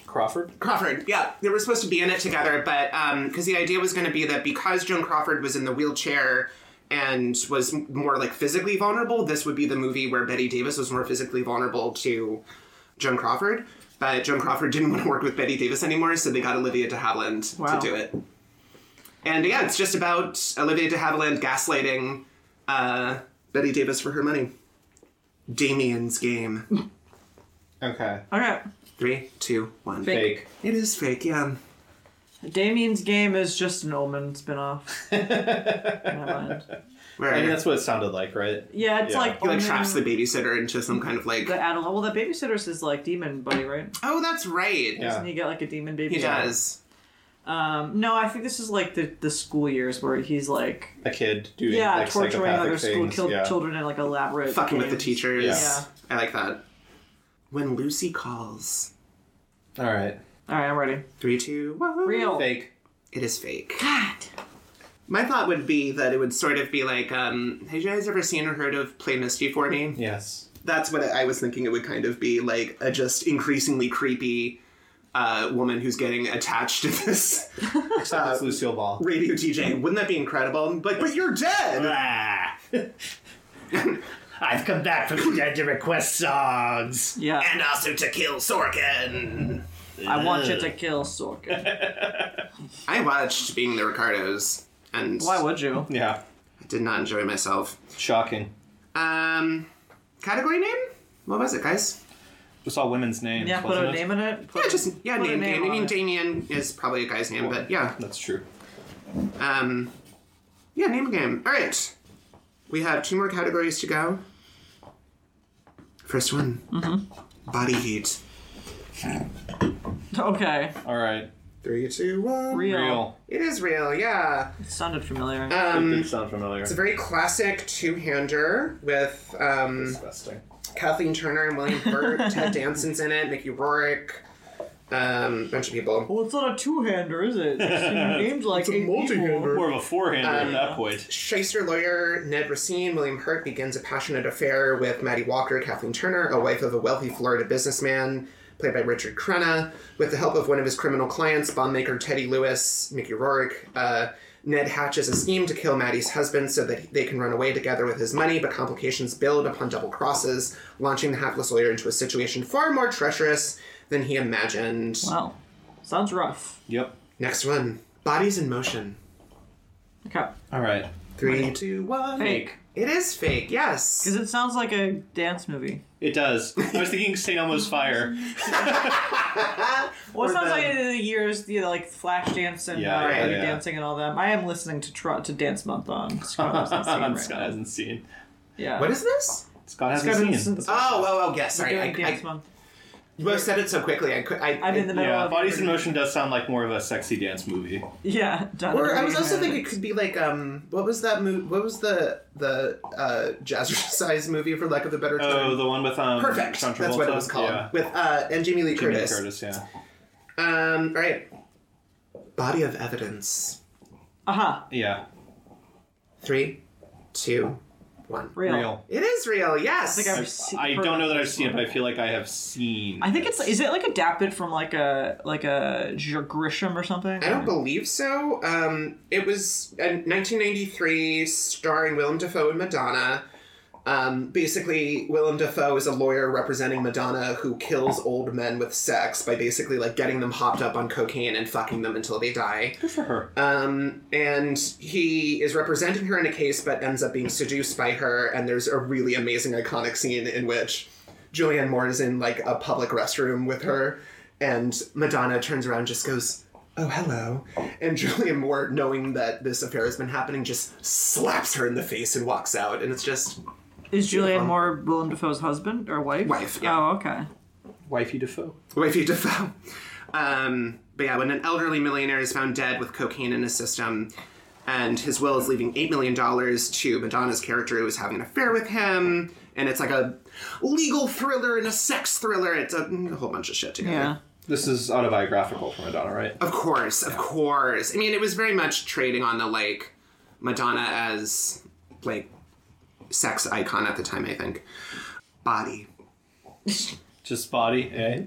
Crawford.
Crawford, yeah, they were supposed to be in it together, but because the idea was going to be that because Joan Crawford was in the wheelchair and was m- more like physically vulnerable, this would be the movie where Betty Davis was more physically vulnerable to Joan Crawford. But Joan Crawford didn't want to work with Betty Davis anymore, so they got Olivia de Havilland
Wow.
to do it. And yeah, it's just about Olivia de Havilland gaslighting uh, Betty Davis for her money. Damien's game.
Okay.
All right.
Three, two, one.
Fake.
Fake.
It is fake, yeah.
Damien's game is just an omen spinoff. Never mind.
I mean,
Where-
that's what it sounded like, right?
Yeah, it's
Yeah.
like
He like
omen,
traps the babysitter into some kind of like.
the adult. Well, the babysitter's his like demon buddy, right?
Oh, that's right.
Yeah.
Doesn't he get like a demon baby?
He does.
Um, no, I think this is like the the school years where he's like
A kid doing
yeah
like,
torturing
psychopathic
other school
things.
kill-
yeah.
children in like elaborate
Fucking with the
games.
teachers.
Yeah.
I like that. When Lucy calls.
All right.
All right, I'm ready.
Three, two, one.
Real.
Oh. Fake.
It is fake.
God.
My thought would be that it would sort of be like, um, have you guys ever seen or heard of Play Misty for Me?
Yes.
That's what I was thinking it would kind of be like a just increasingly creepy uh, woman who's getting attached to this
Except it's Lucille Ball.
radio DJ. Wouldn't that be incredible? Like, but you're dead!
Ah. I've come back from the dead to request songs.
Yeah.
And also to kill Sorkin!
I want you to kill Sorkin.
I watched Being the Ricardos and
Why would you?
Yeah.
I did not enjoy myself.
Shocking.
Um, category name? What was it, guys?
We saw women's names.
Yeah, put
wasn't
a
it?
name in it. Put
Yeah, just yeah,
put a
name,
name
name. I
on
mean,
it.
Damien is probably a guy's name, but yeah,
That's true.
um, yeah, name a game. All right, we have two more categories to go. First one,
Mm-hmm.
body heat.
okay.
All right.
Three, two, one.
Real.
Real.
It is real, yeah.
It sounded familiar.
It
Um,
did sound familiar.
it's a very classic two-hander with um,
Disgusting.
Kathleen Turner and William Hurt, Ted Danson's in it, Mickey Rourke, um, a bunch of people.
well, it's not a two-hander, is it? Named like it's
More of a forehander at that point.
Shyster lawyer Ned Racine, William Hurt begins a passionate affair with Maddie Walker, Kathleen Turner, a wife of a wealthy Florida businessman, played by Richard Crenna. With the help of one of his criminal clients, bombmaker Teddy Lewis, Mickey Rourke, uh, Ned hatches a scheme to kill Maddie's husband so that they can run away together with his money, but complications build upon double crosses, launching the hapless lawyer into a situation far more treacherous than he imagined.
Wow. Sounds rough.
Yep.
Next one Bodies in Motion.
Okay.
All right.
Three, two, one.
Fake.
It is fake, yes.
Because it sounds like a dance movie.
It does. I was thinking St. Elmo's Fire.
Well, it
Or
sounds
them.
like the years, you know, like Flashdance and
Yeah,
uh,
yeah,
Dirty
yeah.
dancing and all them. I am listening to tr- to Dance Month on Scott Hasn't Seen
On
right
Scott
now.
hasn't seen.
Yeah.
What is this?
Scott
Scott
hasn't
hasn't
seen.
seen-
Oh, oh, oh, yes. Sorry, I,
Doing
I,
Dance Month.
you have said it so quickly. I, cou- I,
I'm in the middle
Yeah,
of
Bodies in Motion does sound like more of a sexy dance movie.
Yeah. done
Or I
everything
was also
in.
thinking it could be like um, what was that movie? What was the the uh, jazzercise movie for lack of a better term?
Oh, the one with um.
Perfect.
John
That's what it
Travolta?
was called.
Yeah.
With uh, and Jamie Lee
Jamie Lee
Curtis.
Curtis. Yeah.
Um, all right. Body of evidence.
Uh-huh.
Yeah.
Three, two, one.
Real.
Real.
It is real. Yes.
I think I've seen
I don't know that I've seen it, but I feel like I have seen.
I think it's is it like adapted from like a like a G- Grisham or something?
I don't believe so. Um, it was in 1993, starring Willem Dafoe and Madonna. Um, basically, Willem Dafoe is a lawyer representing Madonna who kills old men with sex by basically like getting them hopped up on cocaine and fucking them until they die.
Good for her.
Um, and he is representing her in a case, but ends up being seduced by her. And there's a really amazing iconic scene in which Julianne Moore is in like a public restroom with her, and Madonna turns around, and just goes, "Oh, hello," and Julianne Moore, knowing that this affair has been happening, just slaps her in the face and walks out. And it's just
Is Julianne Moore Willem Dafoe's husband or wife?
Wife, yeah.
Oh, okay.
Wifey Defoe.
Wifey Defoe. Um, but yeah, when an elderly millionaire is found dead with cocaine in his system, and his will is leaving $8 million to Madonna's character who is having an affair with him, and it's like a legal thriller and a sex thriller. It's a, mm, a whole bunch of shit together.
Yeah.
This is autobiographical for Madonna, right?
Of course, of course. I mean, it was very much trading on the like Madonna as like sex icon at the time, I think. Body.
Just body, eh?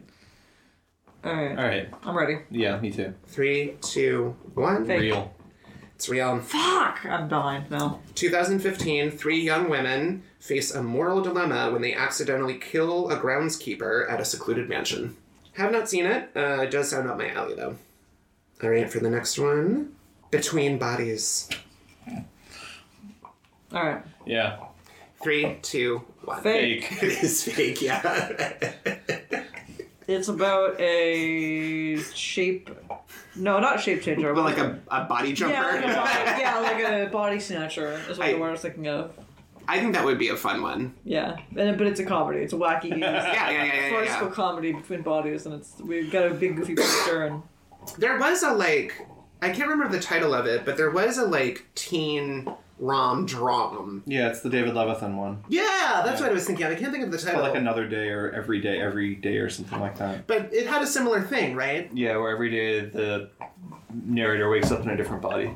All right.
All right.
I'm ready.
Yeah, me too.
Three, two, one.
Fake.
Real.
It's real.
Fuck! I'm behind now.
2015, three young women face a moral dilemma when they accidentally kill a groundskeeper at a secluded mansion. Have not seen it. Uh, it does sound up my alley, though. All right, for the next one Between Bodies.
All right.
Yeah.
Three, two, one.
Fake.
Fake.
It is fake, yeah.
It's about a shape. No, not shape changer.
but like a, a body jumper.
yeah, like a body, yeah, like a body snatcher. Is what
I-
the word I was thinking of.
I think that would be a fun one.
Yeah, and, but it's a comedy. It's a wacky,
Yeah, yeah, yeah, yeah, yeah,
farcical
yeah.
comedy between bodies, and it's we've got a big goofy poster and
There was a like, I can't remember the title of it, but there was a like teen rom drom.
Yeah, it's the David Levithan one.
Yeah, that's what I was thinking. of. I can't think of the title.
Or like another day or every day, every day or something like that.
But it had a similar thing, right?
Yeah, where every day the narrator wakes up in a different body.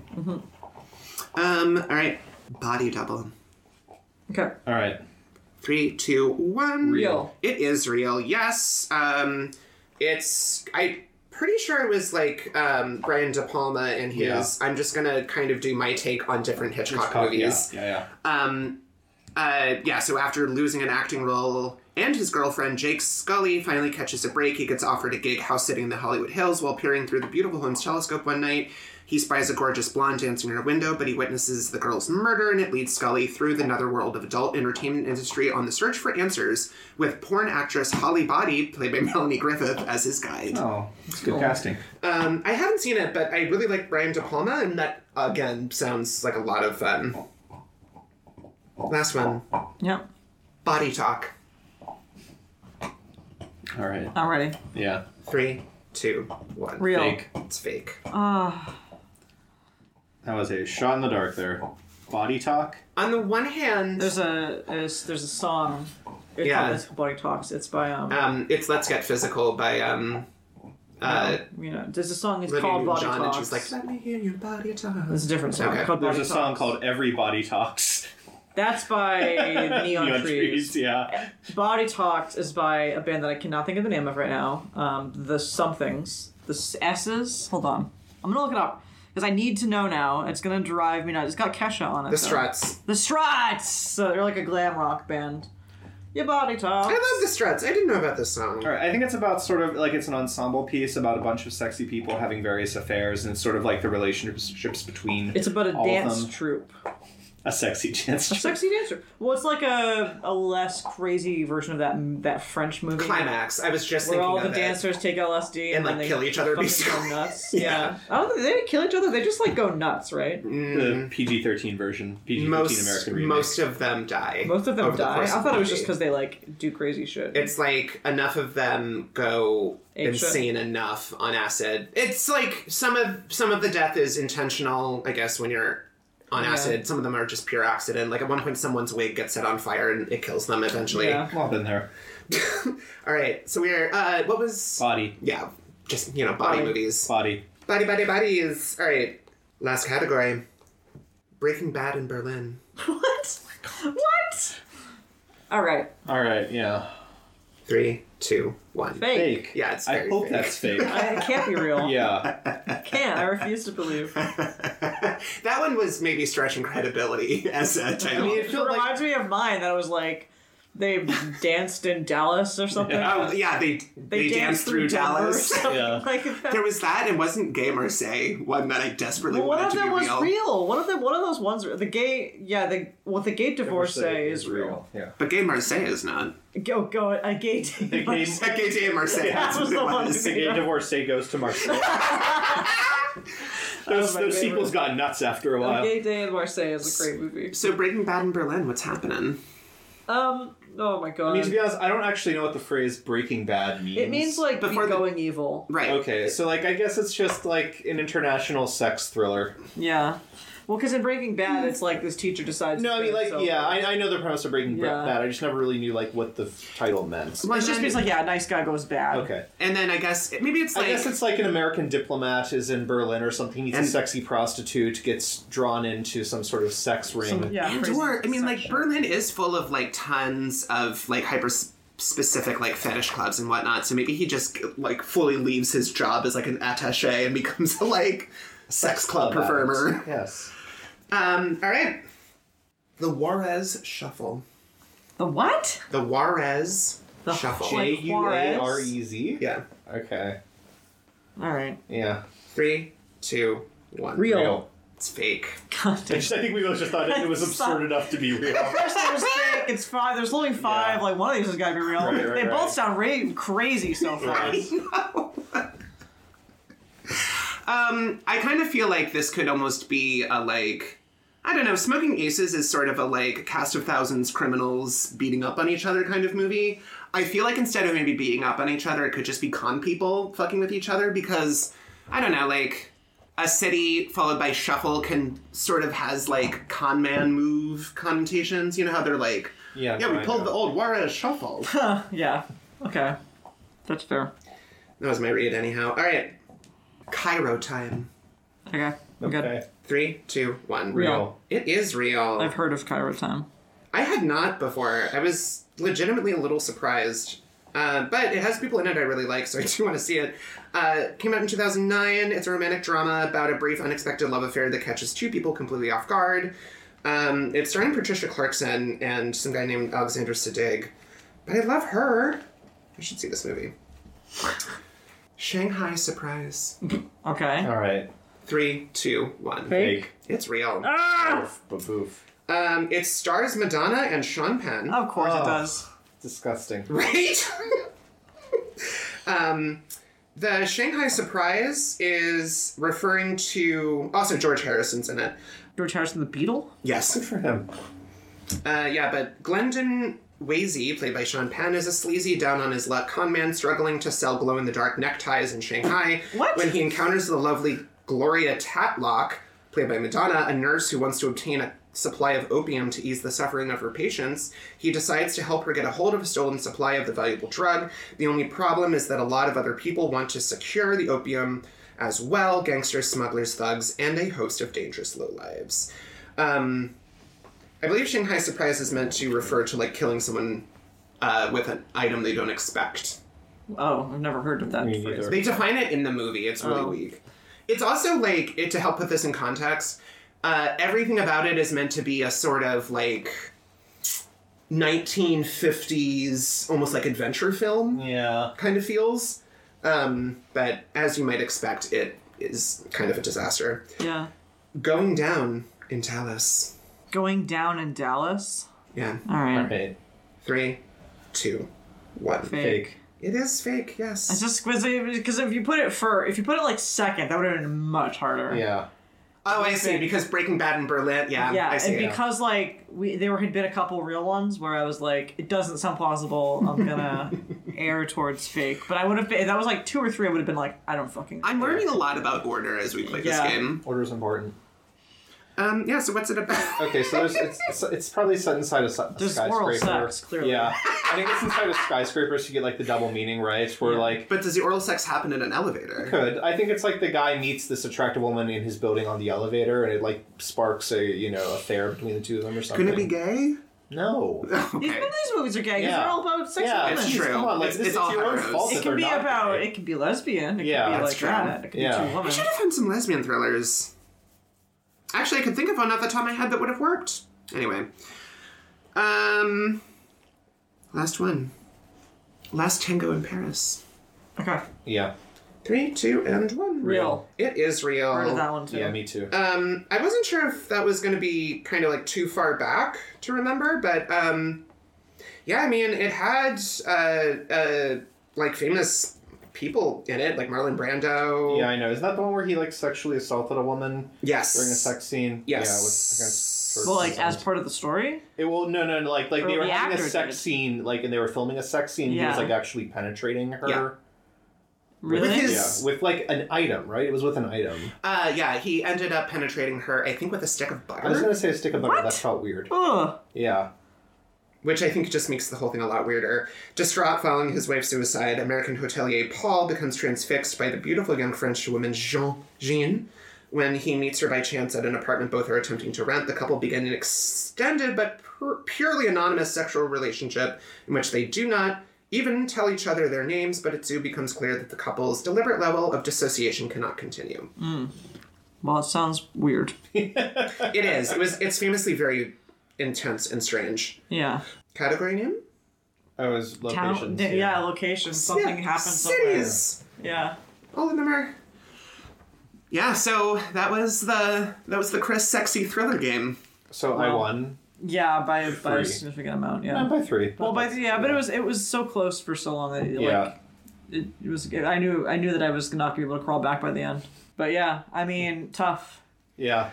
Um, all right. Body double.
okay,
All right.
Three, two, one.
Real.
It is real. Yes. Um, it's I pretty sure it was like um Brian De Palma and his. I'm just gonna kind of do my take on different Hitchcock, movies.
Yeah, yeah.
Um, uh, yeah, so after losing an acting role and his girlfriend, Jake Scully finally catches a break. He gets offered a gig house sitting in the Hollywood Hills while peering through the beautiful home's telescope one night. He spies a gorgeous blonde dancing in her window, but he witnesses the girl's murder, and it leads Scully through the netherworld of adult entertainment industry on the search for answers, with porn actress Holly Body, played by Melanie Griffith, as his guide.
Oh, that's good casting.
Um, I haven't seen it, but I really like Brian De Palma, and that again sounds like a lot of fun. Last one,
yeah,
body talk.
All right.
I'm ready.
Yeah.
Three, two, one.
Real.
Fake.
It's fake.
Ah,
That was a shot in the dark there. Body talk.
On the one hand,
there's a there's, there's a song. It's
Yeah.
called This Body Talks. It's by um,
um, it's "Let's Get Physical" by um, uh,
you know, there's a song. It's
Olivia
called Body
Newton-John, and
Talks.
she's like, "Let me hear your body talk."
It's a different song.
Okay.
Called
There's
Body
a song
Talks.
called Everybody Talks.
That's by Neon,
Neon
Trees.
Yeah.
Body Talked is by a band that I cannot think of the name of right now. Um, the somethings, the S- S's. Hold on, I'm gonna look it up because I need to know now. It's gonna drive me nuts. It's got Kesha on it.
The Struts.
The Struts. So they're like a glam rock band. Your body talks.
I love the Struts. I didn't know about this song.
All right. I think it's about sort of like it's an ensemble piece about a bunch of sexy people having various affairs, and it's sort of like the relationships between
It's about a
all of
dance
them.
troupe.
a sexy dance.
A sexy dance troupe. Well, it's like a, a less crazy version of that that French movie.
Climax. I was just
Where
thinking
all
of
the
it.
dancers take LSD
And,
and, then
like,
they
kill each other
fucking
basically.
go nuts.
Yeah. Mm-hmm.
yeah, I don't think they didn't kill each other. They just like go nuts, right?
the PG-13 version, PG-13
Mm, Most
American remake.
most of them die.
Most of them
over the
die. I
course of
thought
the
it was just
movie.
because they like do crazy shit.
it's like enough of them go
Ape shit.
insane enough on acid. It's like some of some of the death is intentional, I guess, when you're on
Yeah.
acid. Some of them are just pure accident. Like at one point, someone's wig gets set on fire and it kills them eventually.
yeah.
Well, then there.
All right, so we're uh, what was
Body.
yeah, just you know, body,
Body.
movies,
Body.
body, body, bodies. All right, last category: Breaking Bad in Berlin.
What? What? All right.
All right. Yeah.
Three, two, one.
Fake.
Fake.
Yeah, it's
I
very
hope
fake.
that's fake.
I it can't be real.
yeah.
It can't. I refuse to believe. I
That one was maybe stretching credibility as a title.
mean, it reminds me of mine that was like they danced in Dallas or something.
Oh yeah, they they, danced through
Denver or
Dallas.
something
Yeah.
Like that.
There was that, and wasn't Gay Marseille one that I desperately
Well, one
wanted
of
to
them
be
was
real.
real. One of them, one of those ones, the gay, yeah, the well, the gay divorce is real.
Yeah.
But Gay Marseille is not.
Go, go, a gay divorce.
That Gay Day in Marseille. that's
was
what
the
it
one
was.
that-
The gay divorcee goes to Marseille. those
my
those
favorite.
sequels got nuts after a
A
while.
gay day in Marseille is a great movie.
So Breaking Bad in Berlin, what's happening?
Um, Oh my god.
I mean, to be honest, I don't actually know what the phrase "Breaking Bad" means.
it means like
Before the-
going evil.
Right.
Okay, so like I guess it's just like an international sex thriller.
Yeah. Well, because in Breaking Bad, it's like this teacher decides.
No, I
to
mean
do it
like
so-
yeah, I, I know the premise of Breaking
Yeah.
Bad. I just never really knew like what the f- title meant.
Well,
It's just
then-
because like yeah, a nice guy goes bad.
Okay.
And then I guess maybe it's like
I guess it's like an American diplomat is in Berlin or something. He's a
And-
sexy prostitute, gets drawn into some sort of sex ring.
Some- yeah.
and
crazy
or I mean, like
section.
Berlin is full of like tons of like hyper s- specific like fetish clubs and whatnot. So maybe he just like fully leaves his job as like an attaché and becomes a like sex club
about it.
performer.
Yes.
Um, all right, the Juarez Shuffle.
The what?
The Juarez
The
Shuffle.
Like
J U A R
Juarez?
E Z.
Yeah,
Okay.
All right.
Yeah.
three, two, one.
Real.
Real.
It's fake.
God damn.
I think we both just thought it was absurd enough to be real.
First there was fake. It's five. There's only five.
Yeah.
Like one of these has got to be real.
Right, right,
they both
right.
sound ra- crazy so far.
I kind of feel like this could almost be a like I don't know, Smoking Aces is sort of a like cast of thousands criminals beating up on each other kind of movie. I feel like instead of maybe beating up on each other, it could just be con people fucking with each other because I don't know, like a city followed by shuffle can sort of has like con man move connotations. You know how they're like,
Yeah,
yeah,
no,
we
I
pulled
know.
the old Juarez shuffle.
Huh, yeah. Okay. That's fair.
that was my read, anyhow. All right, Cairo time.
Okay. I'm good.
Okay.
Three, two, one.
Real.
It is real.
I've heard of Cairo time.
I had not before. I was legitimately a little surprised. Uh, but it has people in it I really like, so I do want to see it. Uh, came out in 2009. It's a romantic drama about a brief, unexpected love affair that catches two people completely off guard. Um, it's starring Patricia Clarkson and some guy named Alexander Sadig. But I love her. I should see this movie. Shanghai Surprise.
Okay.
All right.
Three, two, one.
Fake.
It's real.
Boof, boof, boof.
Um, it stars Madonna and Sean Penn.
Of course it
Oh.
does.
Disgusting.
Right? um, the Shanghai Surprise is referring to. Also, George Harrison's in it.
George Harrison the Beetle.
Good
Yes.
for him.
Uh, yeah, but Glendon Wasey, played by Sean Penn, is a sleazy, down on his luck con man struggling to sell glow in the dark neckties in Shanghai.
What?
When he encounters the lovely Gloria Tatlock, played by Madonna, a nurse who wants to obtain a supply of opium to ease the suffering of her patients, he decides to help her get a hold of a stolen supply of the valuable drug. The only problem is that a lot of other people want to secure the opium as well gangsters, smugglers, thugs, and a host of dangerous lowlives. Um, I believe Shanghai Surprise is meant to refer to like killing someone uh, with an item they don't expect.
Oh, I've never heard of that
Me
phrase.
neither.
They define it in the movie. It's really
Oh.
weak. It's also like it to help put this in context. Uh, everything about it is meant to be a sort of like 1950s, almost like adventure
Mm.
film
Yeah.
kind of feels. Um, but as you might expect, it is kind of a disaster.
Yeah.
Going down in Dallas.
Going down in Dallas.
Yeah.
All right.
Right.
Three, two, one.
Fake.
Fake.
It is fake. Yes.
It's just because if you put it for if you put it like second, that would have been much harder.
Yeah.
Oh, I see. Because Breaking Bad in Berlin. Yeah,
Yeah,
I see.
and because like we there had been a couple real ones where I was like, it doesn't sound plausible. I'm gonna err towards fake, but I would have been if that was like two or three. I would have been like, I don't fucking.
I'm learning a lot about order as we play
Yeah.
this game.
Order's important.
Um, yeah. So what's it about?
Okay, so there's, it's, it's it's probably set inside a, s- a
There's
skyscraper.
oral sex, clearly.
Yeah, I think it's inside a skyscraper, so you get like the double meaning, right? Where like
But does the oral sex happen in an elevator?
could I think it's like the guy meets this attractive woman in his building on the elevator, and it like sparks a you know affair between the two of them or something.
Couldn't it be gay?
No.
These,
Okay.
none of these movies are gay. 'cause
Yeah.
They're all about sex
yeah,
and
it's
violence.
true.
Come on, like
It's-
this is
it's all
your own
heteros.
fault.
It
that
can
they're
be
not
about
gay.
it can be lesbian. It
Yeah,
can be
that's
like
true.
that. It can
Yeah.
be two
I
women.
I should have found some lesbian thrillers. Actually, I could think of one off the top of my head that would have worked. Anyway, um, last one. Last Tango in Paris.
Okay,
Yeah,
Three, two, and one.
real.
It is real.
Heard of that one too.
yeah, me too.
Oh.
Um, I wasn't sure if that was going to be kind of like too far back to remember, but um, yeah, I mean, it had uh, uh, like famous people in it, like Marlon Brando.
yeah, I know. Is that the one where he like sexually assaulted a woman
Yes.
during a sex scene?
Yes.
Yeah. With, or
Well, like as
something.
part of the story.
it will no no no like like
Or
they were
the
having a
actor
sex
did.
scene like and they were filming a sex scene. He was
Yeah.
like actually penetrating her.
Yeah.
Really?
With his-
Yeah, with like an item, right? It was with an item.
Uh, yeah, he ended up penetrating her, I think, with a stick of
I was
butter,
gonna say a stick of butter.
What?
That felt weird.
Ugh.
Yeah.
which I think just makes the whole thing a lot weirder. Distraught following his wife's suicide, American hotelier Paul becomes transfixed by the beautiful young French woman Jean Jean. When he meets her by chance at an apartment both are attempting to rent, the couple begin an extended but pur- purely anonymous sexual relationship in which they do not even tell each other their names, but it soon becomes clear that the couple's deliberate level of dissociation cannot continue.
Well, it sounds weird.
It is. It was. It's famously very intense and strange.
Yeah.
Category name?
Oh,
I was
Town.
locations.
Yeah, location. Something
Yeah,
happened somewhere.
Cities.
Yeah.
All of them are. Oh, Yeah. So that was the that was the Chris sexy thriller game.
So I
Well,
won.
Yeah, by by
Three.
a significant amount. Yeah.
Not by three.
well, by yeah, but it was it was so close for so long that like,
Yeah.
it, it was. I knew I knew that I was not gonna be able to crawl back by the end. But yeah, I mean, tough.
Yeah.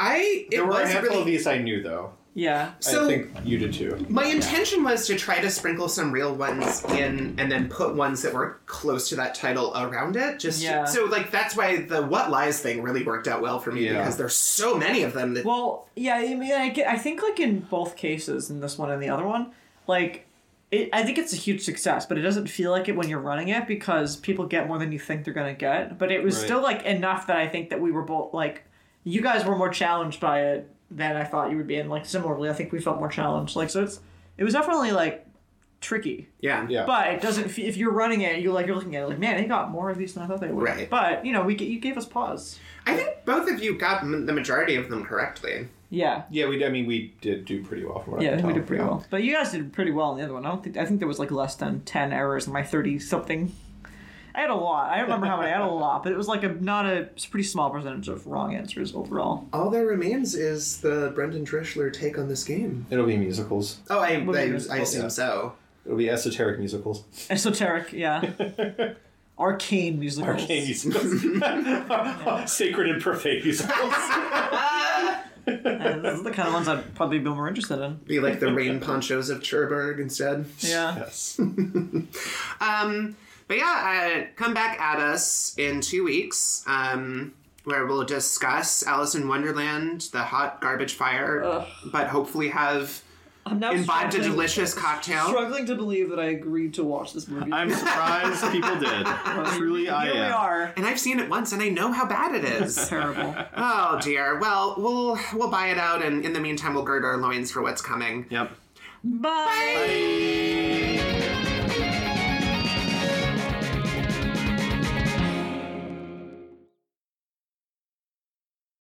I. It
There were a
was
handful
really.
of these I knew though.
Yeah.
So
I think you did too.
my intention was to try to sprinkle some real ones in, and then put ones that were close to that title around it. Just
Yeah.
so like that's why the what lies thing really worked out well for me
Yeah.
because there's so many of them that
Well, yeah, I mean, I, get- I think like in both cases, in this one and the other one, like, it, I think it's a huge success, but it doesn't feel like it when you're running it because people get more than you think they're gonna get. But it was
Right.
still like enough that I think that we were both like, you guys were more challenged by it than I thought you would be, and like similarly, I think we felt more challenged. Like, so it's it was definitely like tricky,
yeah
Yeah.
but it doesn't. Fe- if you're running it, you're like you're looking at it like, man, they got more of these than I thought they would.
Right.
But you know, we g- you gave us pause.
I think both of you got m- the majority of them correctly.
Yeah.
yeah, we. I mean, we did do pretty well. From what I
Yeah, I
can
think we
tell.
did pretty
Oh, Yeah.
well. But you guys did pretty well in the other one. I don't think I think there was like less than ten errors in my thirty something. I had a lot. I don't remember how many. I had a lot, but it was like a not a, it's a pretty small percentage of wrong answers overall.
All there remains is the Brendan Trishler take on this game.
It'll be musicals.
Oh, I,
Would
I,
be
I
useful,
assume
yeah.
so.
It'll be esoteric musicals.
Esoteric, yeah. Arcane musicals.
Arcane musicals. Sacred and profane musicals.
Uh, those are the kind of ones I'd probably be more interested in.
Be like the rain ponchos of Cherbourg instead.
Yeah.
yes.
Um, but yeah, uh, come back at us in two weeks, um, where we'll discuss Alice in Wonderland, the hot garbage fire, but hopefully have
I'm now
imbibed a
struggling-
delicious cocktail.
Struggling to believe that I agreed to watch this movie.
I'm surprised people did. Truly, I uh,
Here we
am.
are.
And I've seen it once, and I know how bad it is.
Terrible.
oh dear. Well, we'll we'll buy it out, and in the meantime, we'll gird our loins for what's coming.
Yep.
Bye.
Bye.